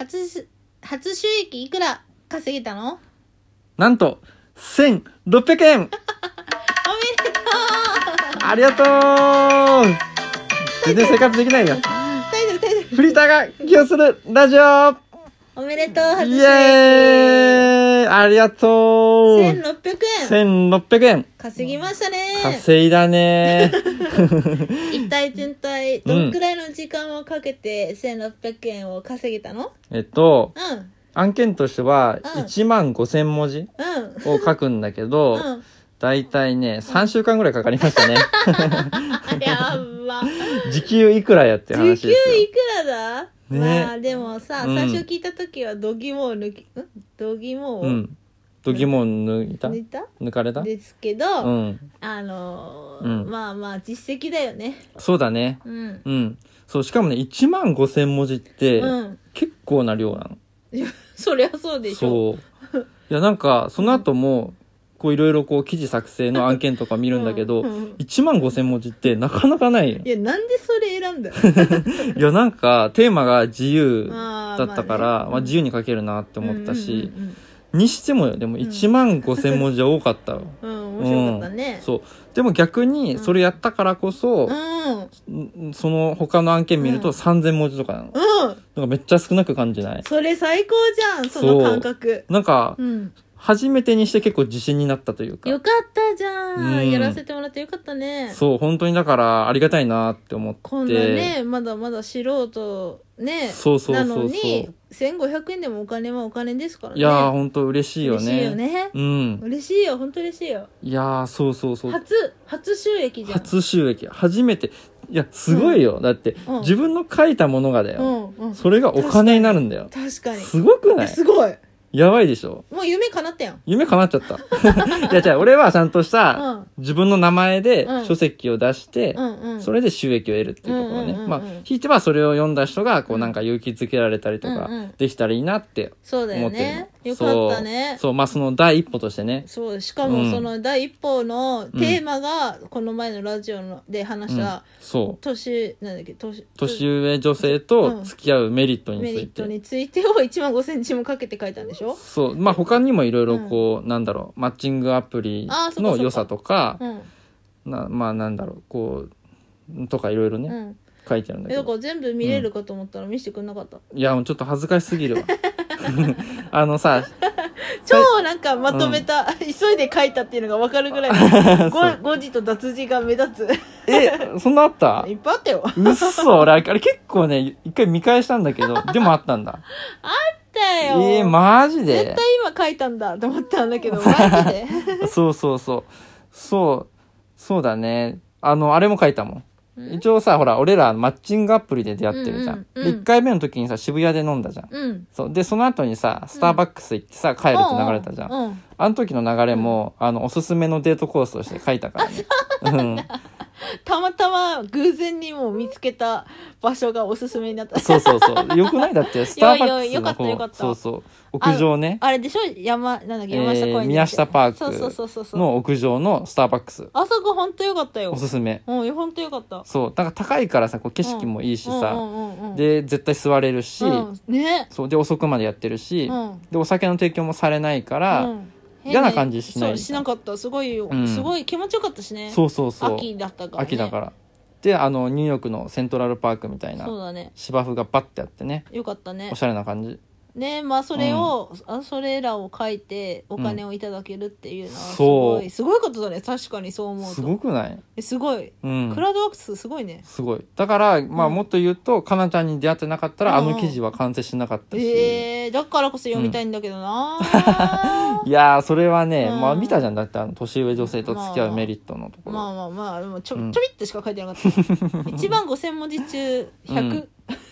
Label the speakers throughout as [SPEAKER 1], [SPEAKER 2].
[SPEAKER 1] 初し、初収益いくら稼げたのおめ
[SPEAKER 2] なんと、1600円
[SPEAKER 1] でとう
[SPEAKER 2] ありがとう全然生活できないよ。
[SPEAKER 1] 大丈夫大丈
[SPEAKER 2] フリーターが起用するラジオ
[SPEAKER 1] 夫おめでとう初収
[SPEAKER 2] イ
[SPEAKER 1] 益
[SPEAKER 2] エーイありがとう
[SPEAKER 1] 1600円
[SPEAKER 2] !1600 円
[SPEAKER 1] 稼ぎましたね
[SPEAKER 2] 稼い だね
[SPEAKER 1] 一体全体どんくらいの時間をかけて1600円を稼げたの
[SPEAKER 2] えっと、
[SPEAKER 1] うんうん
[SPEAKER 2] 案件としては
[SPEAKER 1] うん
[SPEAKER 2] 1万5000文字を書くんだけど、
[SPEAKER 1] うん
[SPEAKER 2] だいたいね、3週間ぐらいかかりました ね。
[SPEAKER 1] あやっば
[SPEAKER 2] 時給いくらやって
[SPEAKER 1] 時
[SPEAKER 2] 話
[SPEAKER 1] 給
[SPEAKER 2] で
[SPEAKER 1] い
[SPEAKER 2] すよ。
[SPEAKER 1] くらだ
[SPEAKER 2] ね
[SPEAKER 1] まあでもさ
[SPEAKER 2] うん
[SPEAKER 1] 最初聞いた時は度肝を抜きん度肝を
[SPEAKER 2] うん。度肝を抜いた
[SPEAKER 1] 抜いた
[SPEAKER 2] 抜かれた
[SPEAKER 1] ですけ
[SPEAKER 2] う
[SPEAKER 1] ど
[SPEAKER 2] ん。
[SPEAKER 1] あの
[SPEAKER 2] う
[SPEAKER 1] ー
[SPEAKER 2] ん
[SPEAKER 1] まあまあ実績だよね
[SPEAKER 2] そうだね。
[SPEAKER 1] うん
[SPEAKER 2] うん。そう、しかもね、1万5千文字って、
[SPEAKER 1] うん
[SPEAKER 2] 結構な量なの。
[SPEAKER 1] そりゃそうでしょ
[SPEAKER 2] そう。いや、なんか、その後も、こう、いろいろこう、記事作成の案件とか見るんだけど、
[SPEAKER 1] うんうん
[SPEAKER 2] 1万5千文字ってなかなかないよ
[SPEAKER 1] い。やなんでそれ選ん だの
[SPEAKER 2] いや、なんか、テーマが自由だったから、
[SPEAKER 1] あーま
[SPEAKER 2] ま
[SPEAKER 1] あね
[SPEAKER 2] あ自由に書けるなって思ったし、
[SPEAKER 1] うんうん
[SPEAKER 2] にしてもよ、でも1万5千文字は多かったよ。
[SPEAKER 1] うんうんうん面白かった
[SPEAKER 2] う
[SPEAKER 1] ね
[SPEAKER 2] んそう。でも逆に、それやったからこそ、
[SPEAKER 1] うん
[SPEAKER 2] んその他の案件見る
[SPEAKER 1] う
[SPEAKER 2] と3000文字とかなの。
[SPEAKER 1] うん
[SPEAKER 2] なんかめっちゃ少なく感じない
[SPEAKER 1] それ最高じゃんその感覚
[SPEAKER 2] なんか、
[SPEAKER 1] うん
[SPEAKER 2] 初めてにして結構自信になったというか
[SPEAKER 1] よ。かったじゃ
[SPEAKER 2] うん
[SPEAKER 1] んやらせてもらってよかったね
[SPEAKER 2] そう、本当にだから、ありがたいなって思って。
[SPEAKER 1] こんなねまだまだ素人ね
[SPEAKER 2] そうそうそうそう
[SPEAKER 1] なのに1500円でもお金はお金ですからね
[SPEAKER 2] いやー、本当嬉しいよね。
[SPEAKER 1] 嬉しいよね
[SPEAKER 2] うん。
[SPEAKER 1] 嬉しいよ本当嬉しいよ
[SPEAKER 2] いやー、そうそうそう。
[SPEAKER 1] 初初収益じゃん
[SPEAKER 2] 初収益。初めて。いや、すごいよ。だって、
[SPEAKER 1] うん
[SPEAKER 2] 自分の書いたものが
[SPEAKER 1] う
[SPEAKER 2] だよ。
[SPEAKER 1] んうん
[SPEAKER 2] それがお金になるんだよ。
[SPEAKER 1] 確かに
[SPEAKER 2] すごく
[SPEAKER 1] い
[SPEAKER 2] な
[SPEAKER 1] や
[SPEAKER 2] い
[SPEAKER 1] すごい
[SPEAKER 2] やばいでしょ
[SPEAKER 1] もう夢叶ったやん
[SPEAKER 2] 夢叶っちゃった。い や、じゃあ俺はちゃんとした、自分の名前で
[SPEAKER 1] うん
[SPEAKER 2] 書籍を出して、
[SPEAKER 1] うんうん
[SPEAKER 2] それで収益を得るっていうところね。
[SPEAKER 1] うんうんうんうん
[SPEAKER 2] まあ、ひいてはそれを読んだ人が、こうなんか勇気づけられたりとか
[SPEAKER 1] うんうん、
[SPEAKER 2] できたらいいなって
[SPEAKER 1] そうだ
[SPEAKER 2] 思
[SPEAKER 1] よ
[SPEAKER 2] ってるの
[SPEAKER 1] ねよかった
[SPEAKER 2] そ
[SPEAKER 1] ね
[SPEAKER 2] う、そうまあその第一歩としてね。
[SPEAKER 1] そうしか
[SPEAKER 2] う
[SPEAKER 1] も
[SPEAKER 2] ん
[SPEAKER 1] その第一歩のテーマがこの前のラジオので話し
[SPEAKER 2] うん
[SPEAKER 1] た、
[SPEAKER 2] そう。
[SPEAKER 1] 年なんだっけ年
[SPEAKER 2] 年上女性と付き合うメリットに
[SPEAKER 1] メ
[SPEAKER 2] つ
[SPEAKER 1] リ
[SPEAKER 2] い
[SPEAKER 1] ット
[SPEAKER 2] て。
[SPEAKER 1] についてを1万5千字もかけて書いたんでしょ
[SPEAKER 2] そう。まあ他にもいろいろこう、なんだろう、マッチングアプリ
[SPEAKER 1] あーそっかそっ
[SPEAKER 2] の
[SPEAKER 1] か
[SPEAKER 2] 良さとか、
[SPEAKER 1] うん
[SPEAKER 2] なまあなんだろう、こう、とかいろいろ
[SPEAKER 1] う
[SPEAKER 2] ね、
[SPEAKER 1] ん
[SPEAKER 2] 書いてあるんだ
[SPEAKER 1] え
[SPEAKER 2] け
[SPEAKER 1] だ
[SPEAKER 2] ど
[SPEAKER 1] か。ら全部見れるかと思ったら見せてくれなかった、
[SPEAKER 2] いや、もうちょっと恥ずかしすぎるわ。 あのさ、
[SPEAKER 1] 超なんかまとめた、 急いで書いたっていうのが分かるぐらい
[SPEAKER 2] そう
[SPEAKER 1] 誤誤字と脱字が目立つ
[SPEAKER 2] え、そんなあった
[SPEAKER 1] いっぱいあったよあっ
[SPEAKER 2] うっそ、俺、あれ結構ね、一回見返したんだけ ど、でもあったんだ。
[SPEAKER 1] たよ、
[SPEAKER 2] えー、マジ
[SPEAKER 1] 絶
[SPEAKER 2] で
[SPEAKER 1] 対今書いたんだと思ったんだ けどマジで
[SPEAKER 2] そうそうそう。そう、そうだね。あの、あれも書いたもん。一応さ、ほら、俺らマッチングアプリで出会ってるじゃん。
[SPEAKER 1] うん
[SPEAKER 2] で
[SPEAKER 1] うんうん
[SPEAKER 2] 1回目の時にさ、渋谷で飲んだじゃん。
[SPEAKER 1] うん
[SPEAKER 2] そう。で、その後にさ、スターバックス行ってさ、帰るって流れたじゃん。
[SPEAKER 1] うんうん
[SPEAKER 2] あの時の流れも、あの、おすすめのデートコースとして書いたからね。うん。
[SPEAKER 1] たまたま偶然にも見つけた場所がおすすめになった
[SPEAKER 2] そうそうそう。よくないだって、スターバッ
[SPEAKER 1] よ
[SPEAKER 2] ク
[SPEAKER 1] よかったよ
[SPEAKER 2] ス
[SPEAKER 1] かっ
[SPEAKER 2] の
[SPEAKER 1] た
[SPEAKER 2] そうそう。屋上ね。
[SPEAKER 1] あれでしょ山なんだっけ
[SPEAKER 2] えー
[SPEAKER 1] 山下公園だっけ
[SPEAKER 2] 宮下パーク
[SPEAKER 1] そうそうそうそうそう
[SPEAKER 2] の屋上のスターバックス。
[SPEAKER 1] あそこ本当よかったよ
[SPEAKER 2] おすすめ。
[SPEAKER 1] うん本当よかった
[SPEAKER 2] そう。なんか高いからさ、こう景色もいいし
[SPEAKER 1] う
[SPEAKER 2] さ。
[SPEAKER 1] んうんうんうん、
[SPEAKER 2] で、絶対座れるし、
[SPEAKER 1] うん、ね
[SPEAKER 2] そう。で、遅くまでやってるし、
[SPEAKER 1] うん
[SPEAKER 2] で、お酒の提供もされないから、
[SPEAKER 1] うん
[SPEAKER 2] 嫌な感じしない
[SPEAKER 1] そうしなかったすごい、
[SPEAKER 2] ん
[SPEAKER 1] すごい気持ちよかったしね
[SPEAKER 2] そうそうそう。
[SPEAKER 1] 秋だったから、ね、
[SPEAKER 2] 秋だから。で、あの、ニューヨークのセントラルパークみたい
[SPEAKER 1] そう
[SPEAKER 2] な
[SPEAKER 1] だね
[SPEAKER 2] 芝生がバッてあってね、
[SPEAKER 1] よかったね
[SPEAKER 2] おしゃれな感じ。
[SPEAKER 1] ねまあそれを、あそれらを書いてお金をいただけるっていうのは
[SPEAKER 2] うん
[SPEAKER 1] すごい、
[SPEAKER 2] そう
[SPEAKER 1] すごいことだね確かにそう思うと
[SPEAKER 2] すごくない
[SPEAKER 1] えすごい、
[SPEAKER 2] うん
[SPEAKER 1] ク。ラウドワークスすごいね
[SPEAKER 2] すごい。だから、まあ、もっと言うと、かなちゃんに出会ってなかったら、あ
[SPEAKER 1] うん
[SPEAKER 2] の記事は完成しなかったし。
[SPEAKER 1] えー、だからこそ読みたいんだけどな、
[SPEAKER 2] いやー、それはね、
[SPEAKER 1] うん
[SPEAKER 2] まあ見たじゃん。だってあの、年上女性と付き合うメリットのところ。
[SPEAKER 1] まあまあまあでもちょ,、
[SPEAKER 2] うん
[SPEAKER 1] ちょびっとしか書いてなかった1 万5000文字中100200、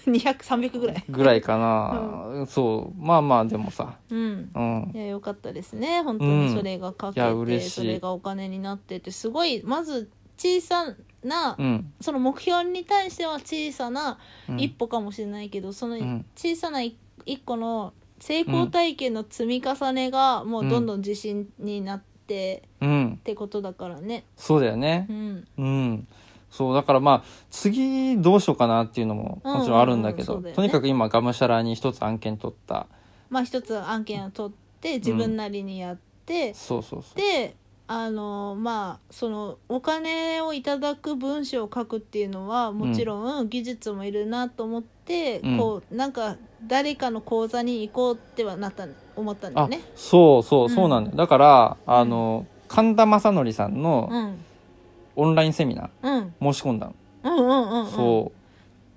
[SPEAKER 1] 300ぐらい
[SPEAKER 2] ぐらいかな、そう。まあまあ、でもさ。
[SPEAKER 1] うん
[SPEAKER 2] うん
[SPEAKER 1] い。やよかったですね本当
[SPEAKER 2] う
[SPEAKER 1] に
[SPEAKER 2] ん
[SPEAKER 1] それが書け
[SPEAKER 2] いや
[SPEAKER 1] て、
[SPEAKER 2] 嬉しい
[SPEAKER 1] それがお金になってってすごいまず小さな、
[SPEAKER 2] うん。
[SPEAKER 1] その目標に対しては小さな
[SPEAKER 2] うん
[SPEAKER 1] 一歩かもしれないけど、その
[SPEAKER 2] ん
[SPEAKER 1] 小さな一一個の成功体験の積み重ねがもうどんどん自信になって
[SPEAKER 2] うん
[SPEAKER 1] っ。てことだからね
[SPEAKER 2] そうだよね
[SPEAKER 1] う。ん
[SPEAKER 2] うん。そう、だからまあ、次どうしようかなっていうのももちろんあるんだけど、
[SPEAKER 1] うんうんうんそうだよね
[SPEAKER 2] とにかく今、がむしゃらに一つ案件取った。
[SPEAKER 1] まあ一つ案件を取って自分なりにやって、
[SPEAKER 2] そうそうそう。
[SPEAKER 1] であのまあそのお金をいただく文章を書くっていうのはもちろん技術もいるなと思って、
[SPEAKER 2] うん
[SPEAKER 1] こうなんか誰かの講座に行こうってはなったん思ったんだよ
[SPEAKER 2] あ
[SPEAKER 1] ね。、
[SPEAKER 2] そうそうう、
[SPEAKER 1] ん
[SPEAKER 2] そうなんだよ。だから、あの、神田正則さん
[SPEAKER 1] う
[SPEAKER 2] の
[SPEAKER 1] ん
[SPEAKER 2] オンラインセミナ
[SPEAKER 1] うん
[SPEAKER 2] ー申し込んだの。
[SPEAKER 1] うんうんうんうん
[SPEAKER 2] そ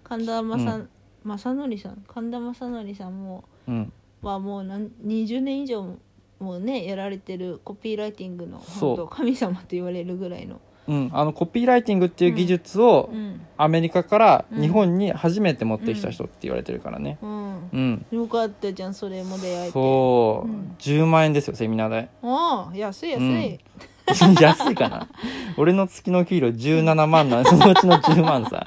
[SPEAKER 1] 神田正,、
[SPEAKER 2] う
[SPEAKER 1] 正則さん神田正則さんも
[SPEAKER 2] う。うん。
[SPEAKER 1] はもう何20年以上ももうねやられてるコピーライティングの
[SPEAKER 2] そ
[SPEAKER 1] 本
[SPEAKER 2] う
[SPEAKER 1] 当神様と言われるぐらいの。
[SPEAKER 2] うん。あの、コピーライティングっていう技術を
[SPEAKER 1] うん
[SPEAKER 2] アメリカから
[SPEAKER 1] うん
[SPEAKER 2] 日本に初めて持ってきた人って言われてるからね。
[SPEAKER 1] うん
[SPEAKER 2] うん。
[SPEAKER 1] よかったじゃんそれも出会えて
[SPEAKER 2] そう、
[SPEAKER 1] うん
[SPEAKER 2] 10万円ですよセミナー代
[SPEAKER 1] ああ安い安い、
[SPEAKER 2] 安いかな俺の月の給料17万な んそのうちの10万さ、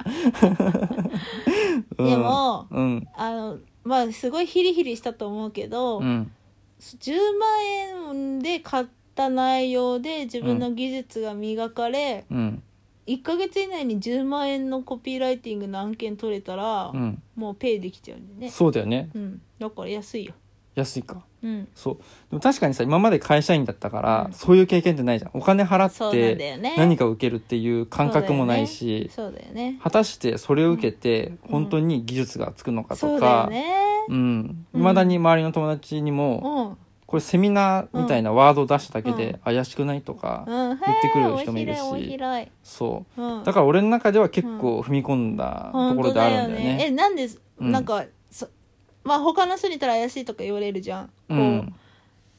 [SPEAKER 2] うん、
[SPEAKER 1] でも
[SPEAKER 2] うん
[SPEAKER 1] あのまあすごいヒリヒリしたと思うけど、
[SPEAKER 2] うん
[SPEAKER 1] 10万円で買った内容で自分の技術が磨かれ、
[SPEAKER 2] うん
[SPEAKER 1] 1ヶ月以内に10万円のコピーライティングの案件取れたら、
[SPEAKER 2] うん
[SPEAKER 1] もうペイできちゃうんでね、
[SPEAKER 2] そうだよね
[SPEAKER 1] うん、だから安いよ、
[SPEAKER 2] 安いか
[SPEAKER 1] うん、
[SPEAKER 2] そうでも確かにさ今まで会社員だったから、
[SPEAKER 1] うん
[SPEAKER 2] そういう経験ってないじゃんお金払
[SPEAKER 1] そう
[SPEAKER 2] っ
[SPEAKER 1] なんだ
[SPEAKER 2] て
[SPEAKER 1] よね
[SPEAKER 2] 何か受けるっていう感覚もないし、
[SPEAKER 1] そうだよね
[SPEAKER 2] 果たしてそれを受けて本当に技術がつくのか
[SPEAKER 1] そ
[SPEAKER 2] と
[SPEAKER 1] うだよ
[SPEAKER 2] か
[SPEAKER 1] ね
[SPEAKER 2] うん
[SPEAKER 1] うん
[SPEAKER 2] 未だに周りの友達にも、
[SPEAKER 1] うん
[SPEAKER 2] これセミナーみたいなワードを出しただけ
[SPEAKER 1] う
[SPEAKER 2] で怪しくないとか、
[SPEAKER 1] うん
[SPEAKER 2] 言ってくる人もいるし
[SPEAKER 1] 面白い面白い
[SPEAKER 2] そ
[SPEAKER 1] うん
[SPEAKER 2] うだから俺の中では結構踏み込んだところであるんだよね。
[SPEAKER 1] えなんで、
[SPEAKER 2] うん
[SPEAKER 1] なんかそまあ他の人にいたら怪しいとか言われるじゃん、
[SPEAKER 2] う
[SPEAKER 1] こ
[SPEAKER 2] ん、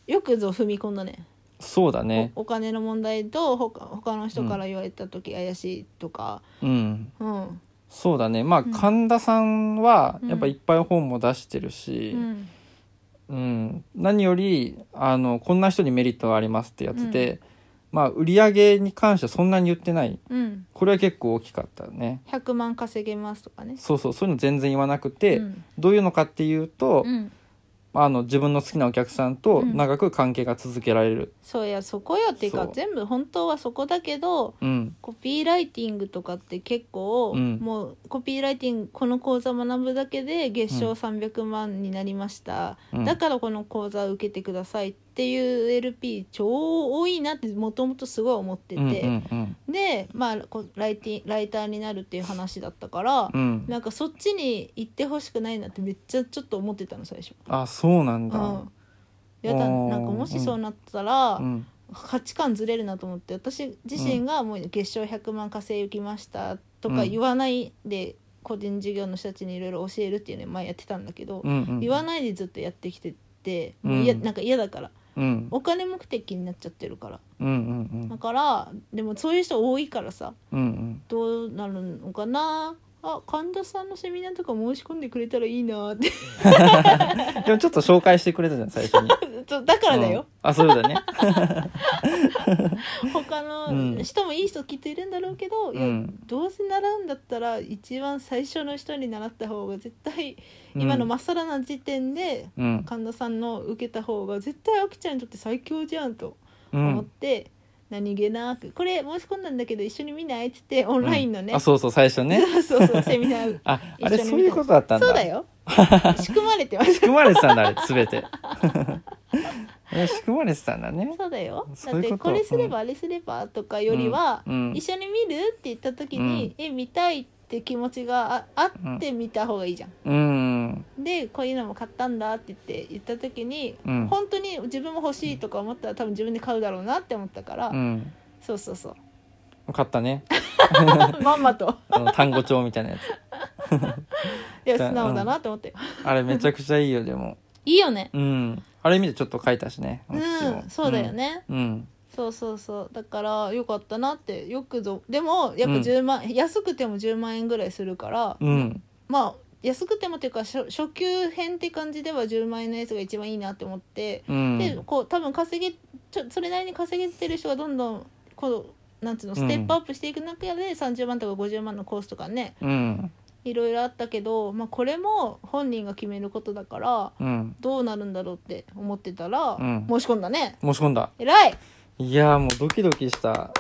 [SPEAKER 1] うよくぞ踏み込んだね
[SPEAKER 2] そうだね、
[SPEAKER 1] おお金の問題と他他の人から言われた時怪しいとか
[SPEAKER 2] うん、
[SPEAKER 1] うん
[SPEAKER 2] そうだねまあ
[SPEAKER 1] ん
[SPEAKER 2] 神田さんはやっぱいっぱい本も出してるし、
[SPEAKER 1] う
[SPEAKER 2] うん
[SPEAKER 1] ん
[SPEAKER 2] 何よりあのこんな人にメリットがありますってやつで、まあ売り上げに関してはそんなに言ってない
[SPEAKER 1] うん
[SPEAKER 2] これは結構大きかったね。
[SPEAKER 1] 100万稼げますとかね
[SPEAKER 2] そうそうそういうの全然言わなくて、
[SPEAKER 1] うん
[SPEAKER 2] どういうのかっていうと、
[SPEAKER 1] うん
[SPEAKER 2] あの自分の好きなお客さんと長く関係が続けられる。
[SPEAKER 1] そうやそこよっていうか
[SPEAKER 2] そう
[SPEAKER 1] 全部本当はそこだけど
[SPEAKER 2] うん、
[SPEAKER 1] コピーライティングとかって結構、
[SPEAKER 2] うん
[SPEAKER 1] もうコピーライティングこの講座学ぶだけで月賞300万になりました、
[SPEAKER 2] うん
[SPEAKER 1] だからこの講座を受けてくださいっていう LP 超多いなってもともとすごい思ってて、
[SPEAKER 2] うんうんうん
[SPEAKER 1] でまあこうライティライターになるっていう話だったから、
[SPEAKER 2] うん
[SPEAKER 1] なんかそっちに行ってほしくないなってめっちゃちょっと思ってたの最初。
[SPEAKER 2] あそうなんだ、
[SPEAKER 1] うんやだ
[SPEAKER 2] おー
[SPEAKER 1] なんかもしそうなったら、
[SPEAKER 2] うん
[SPEAKER 1] 価値観ずれるなと思って私自身がもう月賞100万稼ぎましたとか
[SPEAKER 2] うん
[SPEAKER 1] 言わないで個人事業の人たちにいろいろ教えるっていうのを前やってたんだけど、
[SPEAKER 2] うんうん、
[SPEAKER 1] 言わないでずっとやってきてて、
[SPEAKER 2] うん
[SPEAKER 1] もういやなんか嫌だから
[SPEAKER 2] うん
[SPEAKER 1] お金目的になっちゃってるから
[SPEAKER 2] うんうん
[SPEAKER 1] だからでもそういう人多いからさ
[SPEAKER 2] うんうん
[SPEAKER 1] どうなるのかなあ神田さんのセミナーとか申し込んでくれたらいいなって
[SPEAKER 2] うんでもちょっと紹介してくれたじゃん最初に
[SPEAKER 1] そう だからだよ、
[SPEAKER 2] うんあそうだ ね
[SPEAKER 1] 他の人もいい人きっといるんだろうけど、
[SPEAKER 2] うん
[SPEAKER 1] いやどうせ習うんだったら一番最初の人に習った方が絶対今のまっさらな時点で
[SPEAKER 2] うん
[SPEAKER 1] 神田さんの受けた方が絶対あきちゃんにとって最強じゃんと
[SPEAKER 2] う
[SPEAKER 1] 思っ
[SPEAKER 2] ん
[SPEAKER 1] て、何気なくこれ申し込んだんだけど一緒に見ないっつってオンラインのね、
[SPEAKER 2] あそうそう最初ね
[SPEAKER 1] そうそうセミ ナー
[SPEAKER 2] ああ れ
[SPEAKER 1] 一緒に見た
[SPEAKER 2] そういうことだったんだ
[SPEAKER 1] そうだ よ仕組まれてました
[SPEAKER 2] 仕組まれてたんだあれ全て あれ仕組まれてたんだね
[SPEAKER 1] そうだよ
[SPEAKER 2] そ
[SPEAKER 1] だっ
[SPEAKER 2] ういうこと
[SPEAKER 1] てこれすればあれすればとかよりは、
[SPEAKER 2] うんうん
[SPEAKER 1] 一緒に見るって言った時に、え見たいって気持ちがああって見た方がいいじゃん、
[SPEAKER 2] うん
[SPEAKER 1] でこういうのも買ったんだって言って言った時に、
[SPEAKER 2] うん
[SPEAKER 1] 本当に自分も欲しいとか思ったら多分自分で買うだろうなって思ったから、
[SPEAKER 2] うん
[SPEAKER 1] そうそう そう
[SPEAKER 2] 買ったね
[SPEAKER 1] まんま と
[SPEAKER 2] あの単語帳みたいなや
[SPEAKER 1] いや素直だなって思ったよ、
[SPEAKER 2] つあれめちゃくちゃいいよでも
[SPEAKER 1] いいよね
[SPEAKER 2] うんあれ見てちょっと書いたしね
[SPEAKER 1] う
[SPEAKER 2] 私も
[SPEAKER 1] んそうだよね、
[SPEAKER 2] うん
[SPEAKER 1] そうそうそうだからよかったなってよくぞでも約
[SPEAKER 2] うん
[SPEAKER 1] 10万、安くても10万円ぐらいするから、
[SPEAKER 2] うん
[SPEAKER 1] まあ安くてもっていうか初初級編って感じでは10万円のやつが一番いいなって思って、
[SPEAKER 2] うん
[SPEAKER 1] でこう多分稼げちょそれなりに稼げてる人がどんどんこうなんつうの
[SPEAKER 2] うん
[SPEAKER 1] ステップアップしていく中で30万とか50万のコースとかね
[SPEAKER 2] うん
[SPEAKER 1] いろいろあったけど、まあ、これも本人が決めることだから
[SPEAKER 2] うん
[SPEAKER 1] どうなるんだろうって思ってたら、
[SPEAKER 2] うん
[SPEAKER 1] 申し込んだね
[SPEAKER 2] 申し込んだ
[SPEAKER 1] 偉い
[SPEAKER 2] いやーもうドキドキした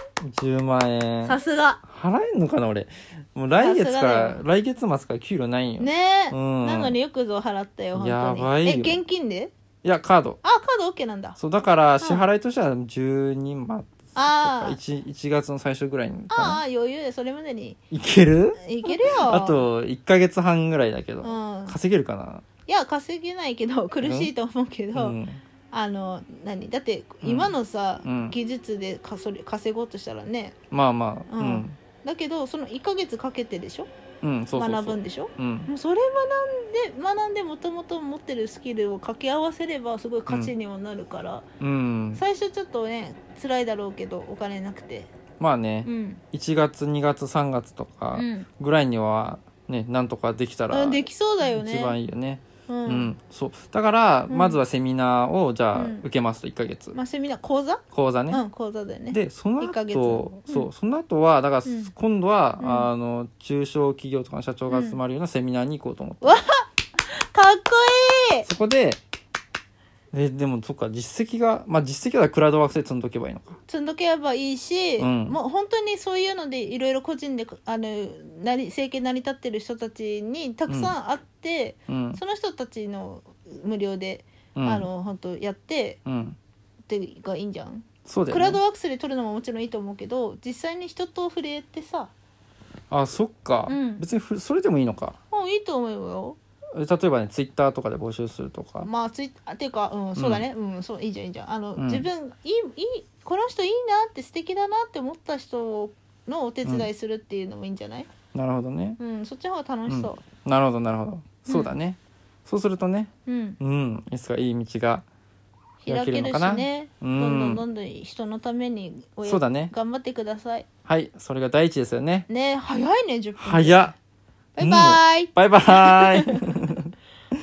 [SPEAKER 2] 10万円
[SPEAKER 1] さすが
[SPEAKER 2] 払えんのかな俺もう来月か
[SPEAKER 1] さす
[SPEAKER 2] ら来月末から給料ないんよ、
[SPEAKER 1] ねえ、
[SPEAKER 2] うん
[SPEAKER 1] なのによくぞ払ったよ本当に
[SPEAKER 2] やばいよ
[SPEAKER 1] え現金で
[SPEAKER 2] いやカード
[SPEAKER 1] あカード OK なんだ
[SPEAKER 2] そうだから支払いとしては12万とか
[SPEAKER 1] あー
[SPEAKER 2] 1, 1月の最初ぐらいにかな
[SPEAKER 1] あー余裕でそれまでに
[SPEAKER 2] いける
[SPEAKER 1] いけるよ
[SPEAKER 2] あと1か月半ぐらいだけど、
[SPEAKER 1] うん
[SPEAKER 2] 稼げるか
[SPEAKER 1] いや稼げないけど苦しいと思うけ
[SPEAKER 2] な
[SPEAKER 1] ど、
[SPEAKER 2] うん
[SPEAKER 1] あの何だって今のさ、
[SPEAKER 2] うん
[SPEAKER 1] 技術でかそれ稼ごうとしたらね
[SPEAKER 2] まあまあう
[SPEAKER 1] うんんだけどその1ヶ月かけてでしょ
[SPEAKER 2] うん、そうそうそう
[SPEAKER 1] 学ぶんでしょ
[SPEAKER 2] うん
[SPEAKER 1] もうそれ学んで学んでもともと持ってるスキルを掛け合わせればすごい価値にもなるから、
[SPEAKER 2] うん
[SPEAKER 1] 最初ちょっとね辛いだろうけどお金なくて
[SPEAKER 2] まあね、
[SPEAKER 1] うん、
[SPEAKER 2] 1月2月3月とか
[SPEAKER 1] うん、
[SPEAKER 2] ぐらいにはねなんとかできたら
[SPEAKER 1] あできそうだよね
[SPEAKER 2] 一番いいよね
[SPEAKER 1] うん
[SPEAKER 2] うん、そうだから
[SPEAKER 1] うん
[SPEAKER 2] まずはセミナーをじゃあ
[SPEAKER 1] うん
[SPEAKER 2] 受けますと1ヶ月、
[SPEAKER 1] まあセミナー講座、
[SPEAKER 2] 講座ね、
[SPEAKER 1] うん講座だよね
[SPEAKER 2] でその
[SPEAKER 1] 一ヶ月
[SPEAKER 2] 後、
[SPEAKER 1] うん
[SPEAKER 2] そうその後はだから、
[SPEAKER 1] うん
[SPEAKER 2] 今度は、
[SPEAKER 1] うん
[SPEAKER 2] あの中小企業とかの社長が集まるようなセミナーに行こうと思って、
[SPEAKER 1] かっこいい
[SPEAKER 2] そこでえでもそっか実績がまあ実績はクラウドワークスで積んどけばいいのか
[SPEAKER 1] 積んどけばいいし、
[SPEAKER 2] うん
[SPEAKER 1] もう本当にそういうのでいろいろ個人であのなり政権成り立ってる人たちにたくさん会って、
[SPEAKER 2] うん
[SPEAKER 1] その人たちの無料で、
[SPEAKER 2] うん
[SPEAKER 1] あの本当やって
[SPEAKER 2] うん
[SPEAKER 1] ってがいいんじゃん、
[SPEAKER 2] そうだよ、
[SPEAKER 1] ク
[SPEAKER 2] ね、
[SPEAKER 1] ラウドワークスで取るのももちろんいいと思うけど実際に人と触れてさ
[SPEAKER 2] あそっか、
[SPEAKER 1] うん
[SPEAKER 2] 別にふそれでもいいのか
[SPEAKER 1] もういいと思うよ
[SPEAKER 2] え例えばねツイッターとかで募集するとか
[SPEAKER 1] まあツイッターっていうか、うん、そうだねうん、そういいじゃんいいじゃんあの、
[SPEAKER 2] うん
[SPEAKER 1] 自分いいいいこの人いいなって素敵だなって思った人のお手伝いするっていうのもいいんじゃない、
[SPEAKER 2] なるほどね
[SPEAKER 1] うんそっちの方が楽しそう、
[SPEAKER 2] なるほどなるほど、
[SPEAKER 1] うん
[SPEAKER 2] そうだねそうするとね
[SPEAKER 1] うん、
[SPEAKER 2] うんいつかいい道が
[SPEAKER 1] 開けるしね
[SPEAKER 2] う
[SPEAKER 1] ど
[SPEAKER 2] ん
[SPEAKER 1] んどんどんどん人のために親
[SPEAKER 2] そうだね
[SPEAKER 1] 頑張ってください
[SPEAKER 2] はいそれが第一ですよね
[SPEAKER 1] ね早いね10分
[SPEAKER 2] 早っ
[SPEAKER 1] バイバイ、
[SPEAKER 2] バイバーイ